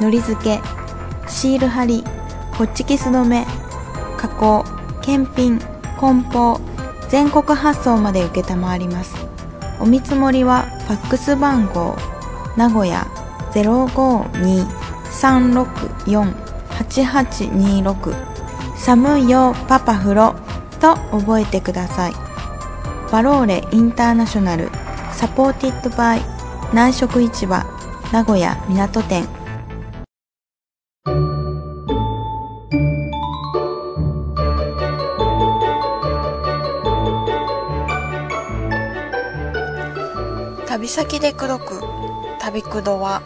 のり付けシール貼りホッチキス止め加工検品梱包全国発送まで承りますお見積もりはファックス番号名古屋052-364-8826寒いよパパ風呂と覚えてくださいバローレインターナショナルサポーティッドバイ南食市場名古屋港店旅先で口説く旅くどは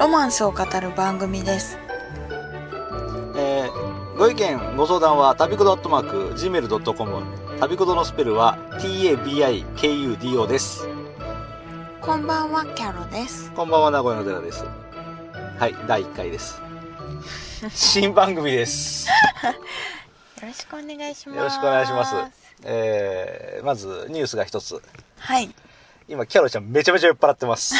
ロマンスを語る番組ですえーご意見ご相談は旅くどアットマーク Gmail.com 旅くどのスペルは TABIKUDO ですこんばんはキャロですこんばんは名古屋の寺ですはい第1回です新番組です、よろしくお願いしますよろしくお願いし ますえーまずニュースが一つはい今キャロちゃんめちゃめちゃ酔っ払ってます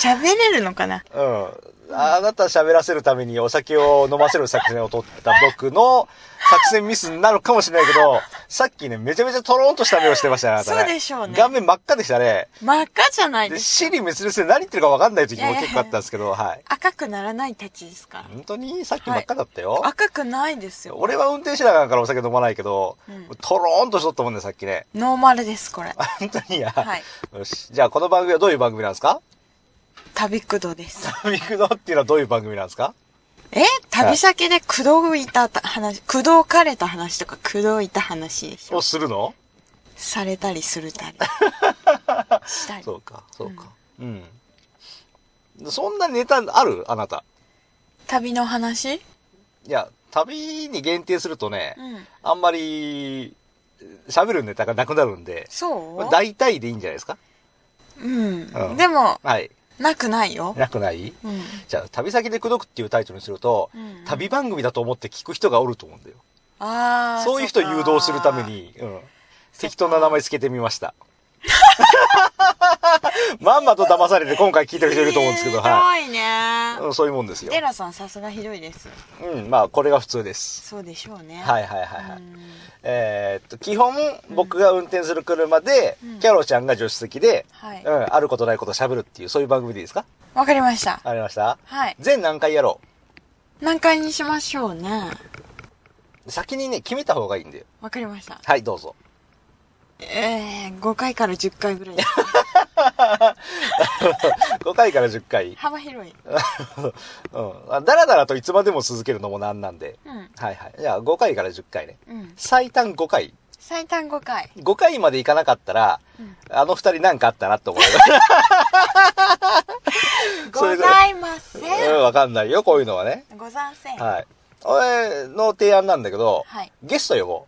喋れるのかなうんあなた喋らせるためにお酒を飲ませる作戦を取った僕の作戦ミスになるかもしれないけど、さっきね、めちゃめちゃトローンとした目をしてましたね、あなたね。そうでしょうね顔面真っ赤でしたね。真っ赤じゃないで、です死に滅裂で何言ってるか分かんない時も結構あったんですけど、はい。赤くならないたちですから本当にさっき真っ赤だったよ。赤くないですよ俺は運転しながらからお酒飲まないけど、うんトローンとしとったもんね、さっきね。 ノーマルですこれ本当にや。はいよし。じゃあ、この番組はどういう番組なんですか 旅くどですミクドっていうのはどういう番組なんですかえ旅先で口説いた話、口説かれた話とか口説いた話でしょをするのされたりするた り。したりそ。うか、そうか。うん。そんなネタあるあなた。旅の話いや、旅に限定するとね、うん。あんまり、喋るネタがなくなるんで、そう大体でいいんじゃないですかう。うんんでも、はい。なくないよ。なくないうん。じゃあ、旅先で口説くっていうタイトルにすると、うん旅番組だと思って聞く人がおると思うんだよ。ああ。そういう人をっか誘導するため。に、うん、適当な名前つけてみました。 まんまと騙されて今回聞いてる人いると思うんですけど、は ひどいねい。。うんそういうもんですよデ。ラさんさすがひどいです。うん、まあ、これが普通です。そうでしょうね。。はいいはいはいはい。えーっと、基本、僕が運転する車で、うんキャロちゃんが助手席で、はいうん、あることないこと喋るっていう、そういう番組でいいですかわかりました。わかりましたはい。全何回やろ何回にしましょうね。う。先にね、決めた方がいいんだよ。わかりました。はい、どうぞ。 えー、5回から10回ぐ らい。 5回から10回。 幅広い。うんあ。だらだらといつまでも続けるのもなんなんで。うん。はいはい。じゃあ5回から10回ね。うん。最短5回。最短5回。 5回までいかなかったら、うんあの2人なんかあったなって思う。そごれでざいませ。うんんわかんないよ、こういうのはね。ござんせん。ははい。俺の提案なんだけど、い。ゲスト呼ぼ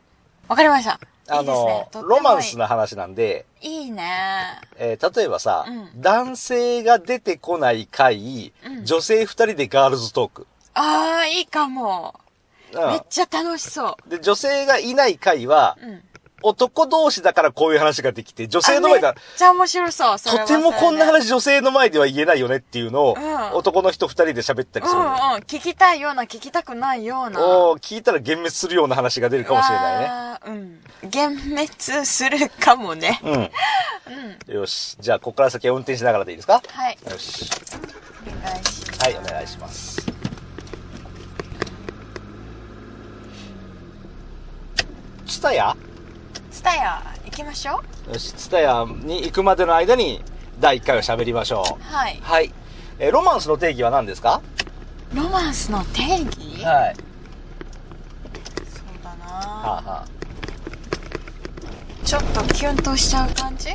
う。わかりました。あいいですねの、とってもいロいマンスな話なんで、いいね。えー例えばさ、うん男性が出てこない回、うん女性2人でガールズトーク。ああ、いいかも。めっうちゃ楽しそん。で、女性がいない回は、う。うん。男同士だからこういう話ができて、女性のあ前だめっちゃ面白そう。それとはてもこんなそれで話女性の前では言えないよねっていうのを、うん男の人二人で喋ったりすうんるのうん。聞きたいような、聞きたくないような。おー聞いたら幻滅するような話が出るかもしれなわーうん。幻滅するかもね。いね。うん。うん。よし。じゃあ、ここから先は運転しながらでいいですかはい。よし。お願いします。はい、お願いします。ツタヤスタヤ、行きましょよし、ツタヤに行くまでの間に第1回を喋りましょ。。う。はいうはい。えーロマンスの定義は何ですかロマンスの定義はい。そうだなはあ、はちょっとキュンとしちゃう感じキ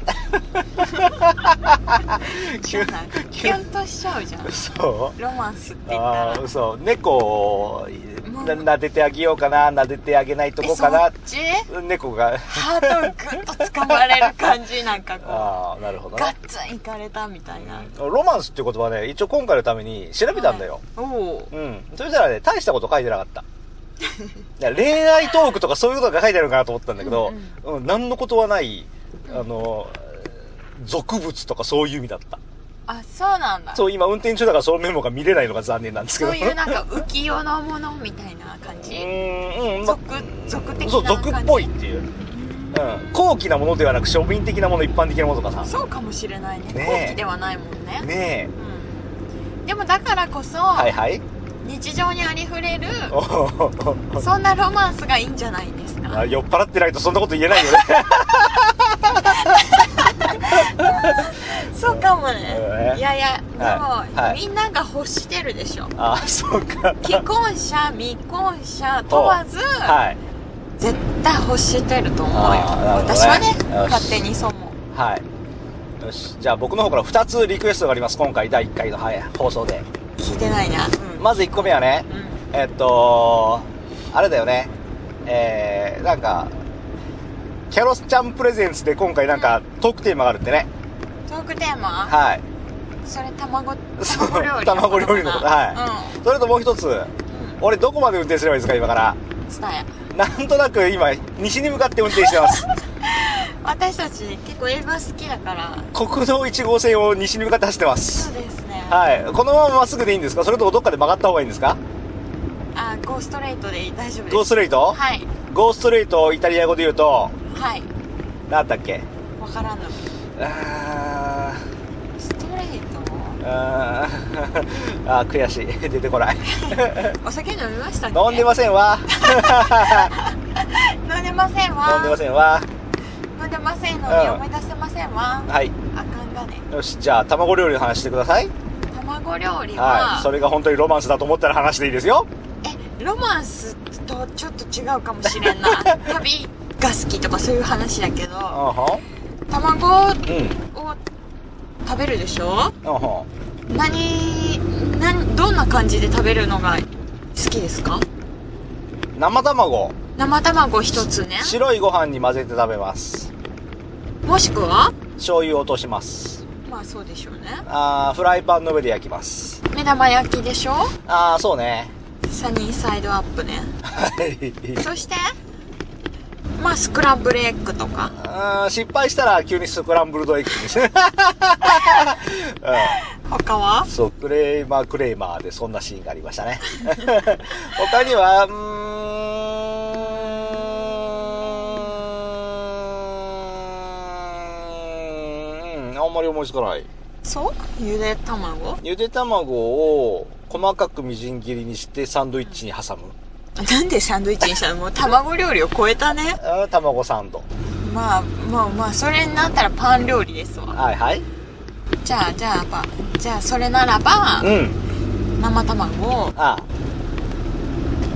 ュンキュンとしちゃうじゃんあ。そうロマンスって言ったあらあ、嘘。猫をもうな撫でてあげようかな、撫でてあげないとこかえなそっ。ち猫が、ハートをグッと掴まれる感じなんかこああ、なるほうどガね。ッツンいかれたみたいなロマンスっていう言葉はね、一応今回のために調べたんだよ。はいおおうん。そしたらね、大したこと書いてなかった。いや恋愛トークとかそういうことが書いてあるのかなと思ったんだけど、うん何のことはない、あの、俗物とかそういう意味だった。あ、そうなんだ。そう、今運転中だからそのメモが見れないのが残念なんですけど。そういうなんか浮世のものみたいな感うじーん、うん、ま俗、俗的な感じそう、俗っぽいっていう。うん。高貴なものではなく庶民的なもの、一般的なものとかさ。そうかもしれないねねえ後期ではないもんねねうんでもだからこそ、え。はいはい。日常にありふれるおー そんなロマンスがいいんじゃないですかあ酔っ払ってないとそんなこと言えない よね。そうかもうねんいやいやでも、はいはいみんなが欲してるでしょあ、そうか。既婚者未婚者問わず、はい。絶対欲してると思うよあーなるほどね私はねよし勝手にそう思うはい。よし。じゃあ僕の方から2つリクエストがあります。今回第1回の、はい、放送で。聞いてないな、うんまず1個目はね、うんえっと、あれだよね。えー、なんか、キャロスちゃんプレゼンツで今回なんかトークテーマがあるってね。トークテーマ、はい。それ卵そう卵料理卵料理のことはそれともう一つ、い俺どこまで運転すればいいですか、今から。うん、うん、伝えなんとなく今、西に向かって運転し てます。私たち結構映画好きだから国道1号線を西に向かって走ってまそすう。ですねはい。このまままっすぐでいいんですかそれともどっかで曲がった方がいいんですかあゴーストレートでいい大丈夫ですゴーストレート、はいゴーストレートをイタリア語で言うと、はいなんだっけわからんのあストレーー、あー、 あー悔しい。出てこない。トお酒飲みましたっけ飲んでませんわ。飲んでませんわ飲んでませんわ。飲んでませんのでうん思い出せませんわ、はい。あかんがねよし、じゃあ、卵料理の話してください。卵料理は、はい。それが本当にロマンスだと思ったら話していいですよ。えロマンスとちょっと違うかもしれん な旅が好きとかそういう話だけうんどほん。卵うん。を食べるでしょうんほ何何どんな感じで食べるのが好きですかん。生卵。生卵一つね白いご飯に混ぜて食べます。もしくは醤油を落とします。まあそうでしょうねあー、フライパンの上で焼きます。目玉焼きでしょあー、そうね。サニーサイドアップねはい。そしてまあスクランブルエッグとかあー失敗したら急にスクランブルドエッグです ね。他はうん、そう、クレーマークレーマーでそんなシーンがありましたね。 他には、うーん、うんあんまり思いつかない。そうゆで卵ゆで卵を細かくみじん切りにしてサンドイッチに挟む。なんでサンドイッチにしたのもう卵料理を超えたねあー卵サンド。まあまあまあそれになったらパン料理ですわはいはい。じゃあじゃあパじゃあそれならばうん。生卵をあ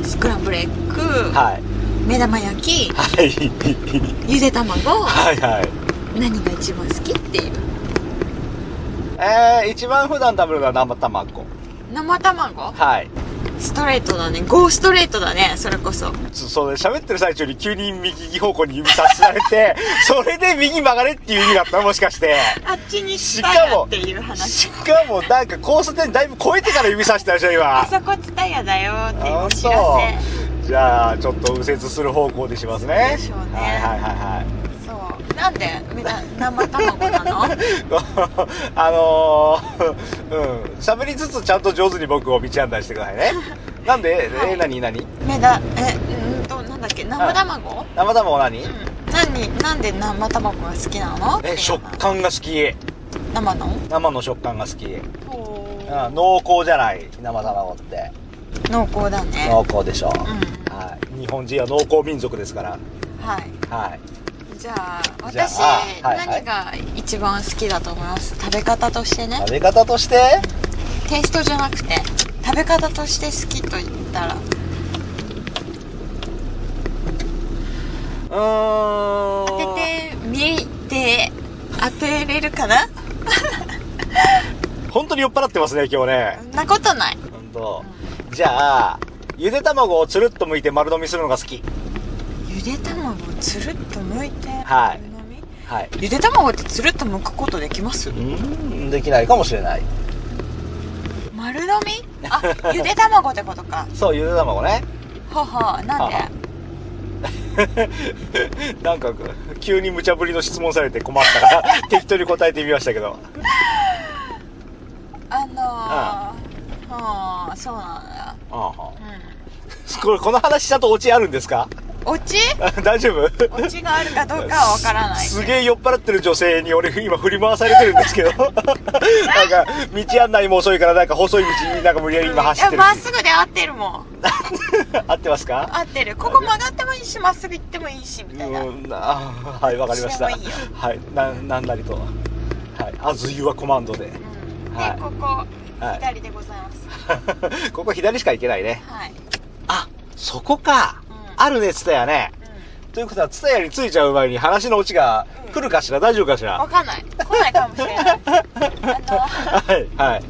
スクランブルエッグ、はい。目玉焼きはい。ゆで卵はいはい。何が一番好きっていうえー、一番普段食べるのは生卵。生卵はい。ストレートだねゴーストレートだねそれこそそそうね、喋ってる最中に急に右方向に指さされ て、それで右曲がれっていう意味だったのもしかして。あっちにししたかやもっていう、話しかもなんか交差点だいぶ超えてから指さしたでしょ、あ今。そこツタヤだよっていうお知らそう。じゃあ、ちょっと右折する方向でしますね。でしょうねはいはいはいはい。 せそうなんでめだ生卵なのあのー、 うん、喋りつつちゃんと上手に僕を道案内してくださ いね。なんで、はいえ、なになにめだえうんとなんだっけ生卵生卵何うん何なんで生卵が好きなのっていうえ、の食感が好き。生の生の食感が好き。うん、ほう濃厚じゃない、生卵って。濃厚だね濃厚でしょ。うはい。日本人は濃厚民族ですから。んはいはい。じゃあじゃ私あはいはい何が一番好きだと思います食べ方としてね食べ方としてテイストじゃなくて食べ方として好きと言ったらうーん。当ててみて当てれるかな本当に酔っ払ってますね、今日ねそ。んなことない本当。じゃあ、ゆで卵をつるっと剥いて丸飲みするのが好き。ゆで卵をつるっと剥いてはい丸飲みはい。ゆで卵ってつるっと剥くことできますうーん、できないかもしれない。丸飲みあゆで卵ってことかそう、ゆで卵ね。 ははなんではなんか、 急に無茶ぶりの質問されて困ったから、適当に答えてみましたけど。そうなんだああうこれ、この話ちゃんとオチあるんですかん オチ大丈夫オチがあるかどうかはわからないすすげえ酔っ払ってる女性に俺今振り回されてるんで すけど。なんか、道案内も遅いからなんか細い道になんか無理やり今走っていやるま。っすぐで合ってるもん合ってますか 合ってるここ曲がってもいいしまっすぐ行ってもいいしみたいなうん、あはい、わかりました。どっちでもいいはい、な、なんなりと。はい、あずゆはコマンドで。 うんで、はいここはい左でございますここ左しか行けないね。はい、あ、そこか。うんあるね、ツタヤね。うということは、ツタヤに着いちゃう前に話のオチが来るかしら、大丈夫かしん、わら。かんない来ないかもしれないあの はい、はい。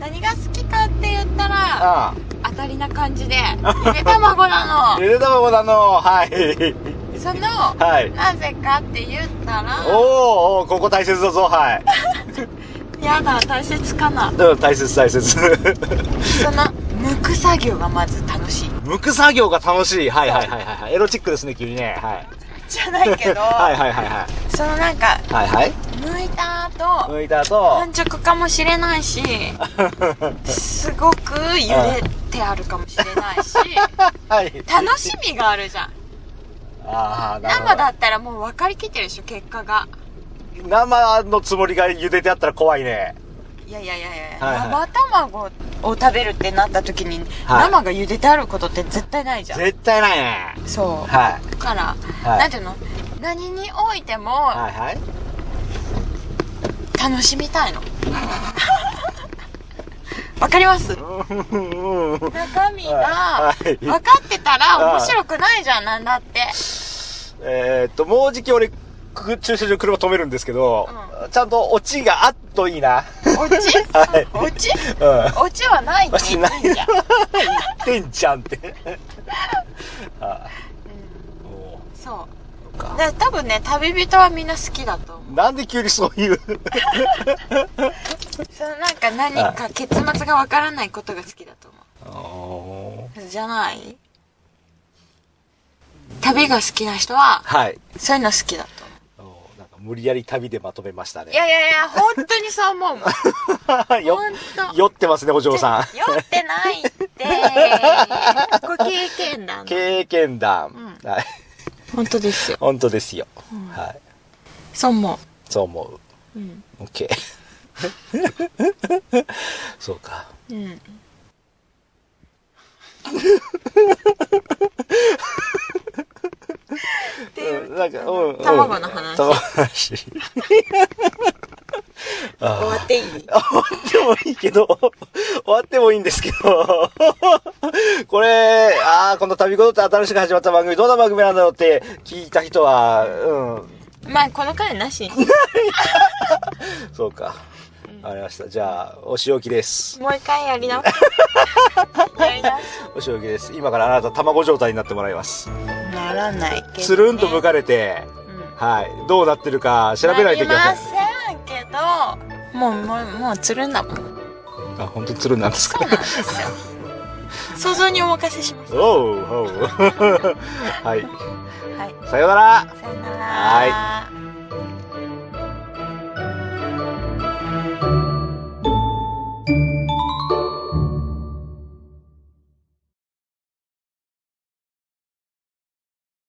何が好きかって言ったらあ当たりな感じでゆで卵なあ。 ゆで卵だの、はい。のそのはい。なぜかって言ったらおーおーここ大切だぞ、はい。やだ大切かなうん大切、大切。 その抜く作業がまず楽しい剥く作業が楽しい。はい、はい、はい、はいはい。エロチックですね、君ね。はい。じゃないけど はい、はい、はい、はい。そのなんかはい、はい。抜いた後剥いた後。半熟かもしれないしすごく茹でてあるかもしれない しはい。楽しみがあるじゃんああ、なるほど生だったらもう分かりきってるでしょ結果が生のつもりが茹でてあったら怖いね。いやいやいやいや、はいはい生卵を食べるってなった時に、はい生が茹でてあることって絶対ないじゃん絶対ないね。そう、はい。だから、はいなんていうの何においてもはいはい。 楽しみたいの わかりますうんうんうん中身がはい分かってたらはい面白くないじゃんなんだってえーっと、もうじき俺、く駐車場車止めるんですけど、うちゃんとオチがあっといいな。 オチはいオチうん。わオチはないってし言っないてんじゃん、言ってんじゃん って。あうんもうそそっかうで多分ね旅人はみんな好きだと思うなんで急にそういうそのなんか何か結末が分からないことが好きだと思おーうじゃない旅が好きな人ははい。そういうの好きだと思おーなんか無理やり旅でまとめましたうね。いやいやいや本当にそう思うもん酔よほんと酔ってますね、お嬢さん。ってない ってご経験談経験談。うはい。本当ですよ本当ですよ。はい。そう思そう思ううんう。OK。そうか。うんうんなんか、うん。うん卵の話卵の話。終終わっていいわってもいいけど、終わってもいいんですけど、これ、ああ、この旅ごとって新しく始まった番組、どんな番組なんだろうって聞いた人は、うん、まあこの回なしにそうか。わかりました。じゃあ、お仕置きです。もう一回やり 直すやり直すお仕置きです。今からあなた卵状態になってもらいます。ならないけど、ね、つるんと向かれて、うんはい。どうなってるか調べないといけません。なりませんけどもうもうもうつるんだもんそうあ、本当つるんなんですかなんですよ想像にお任せしますおうおう はい。はいさようならさよならは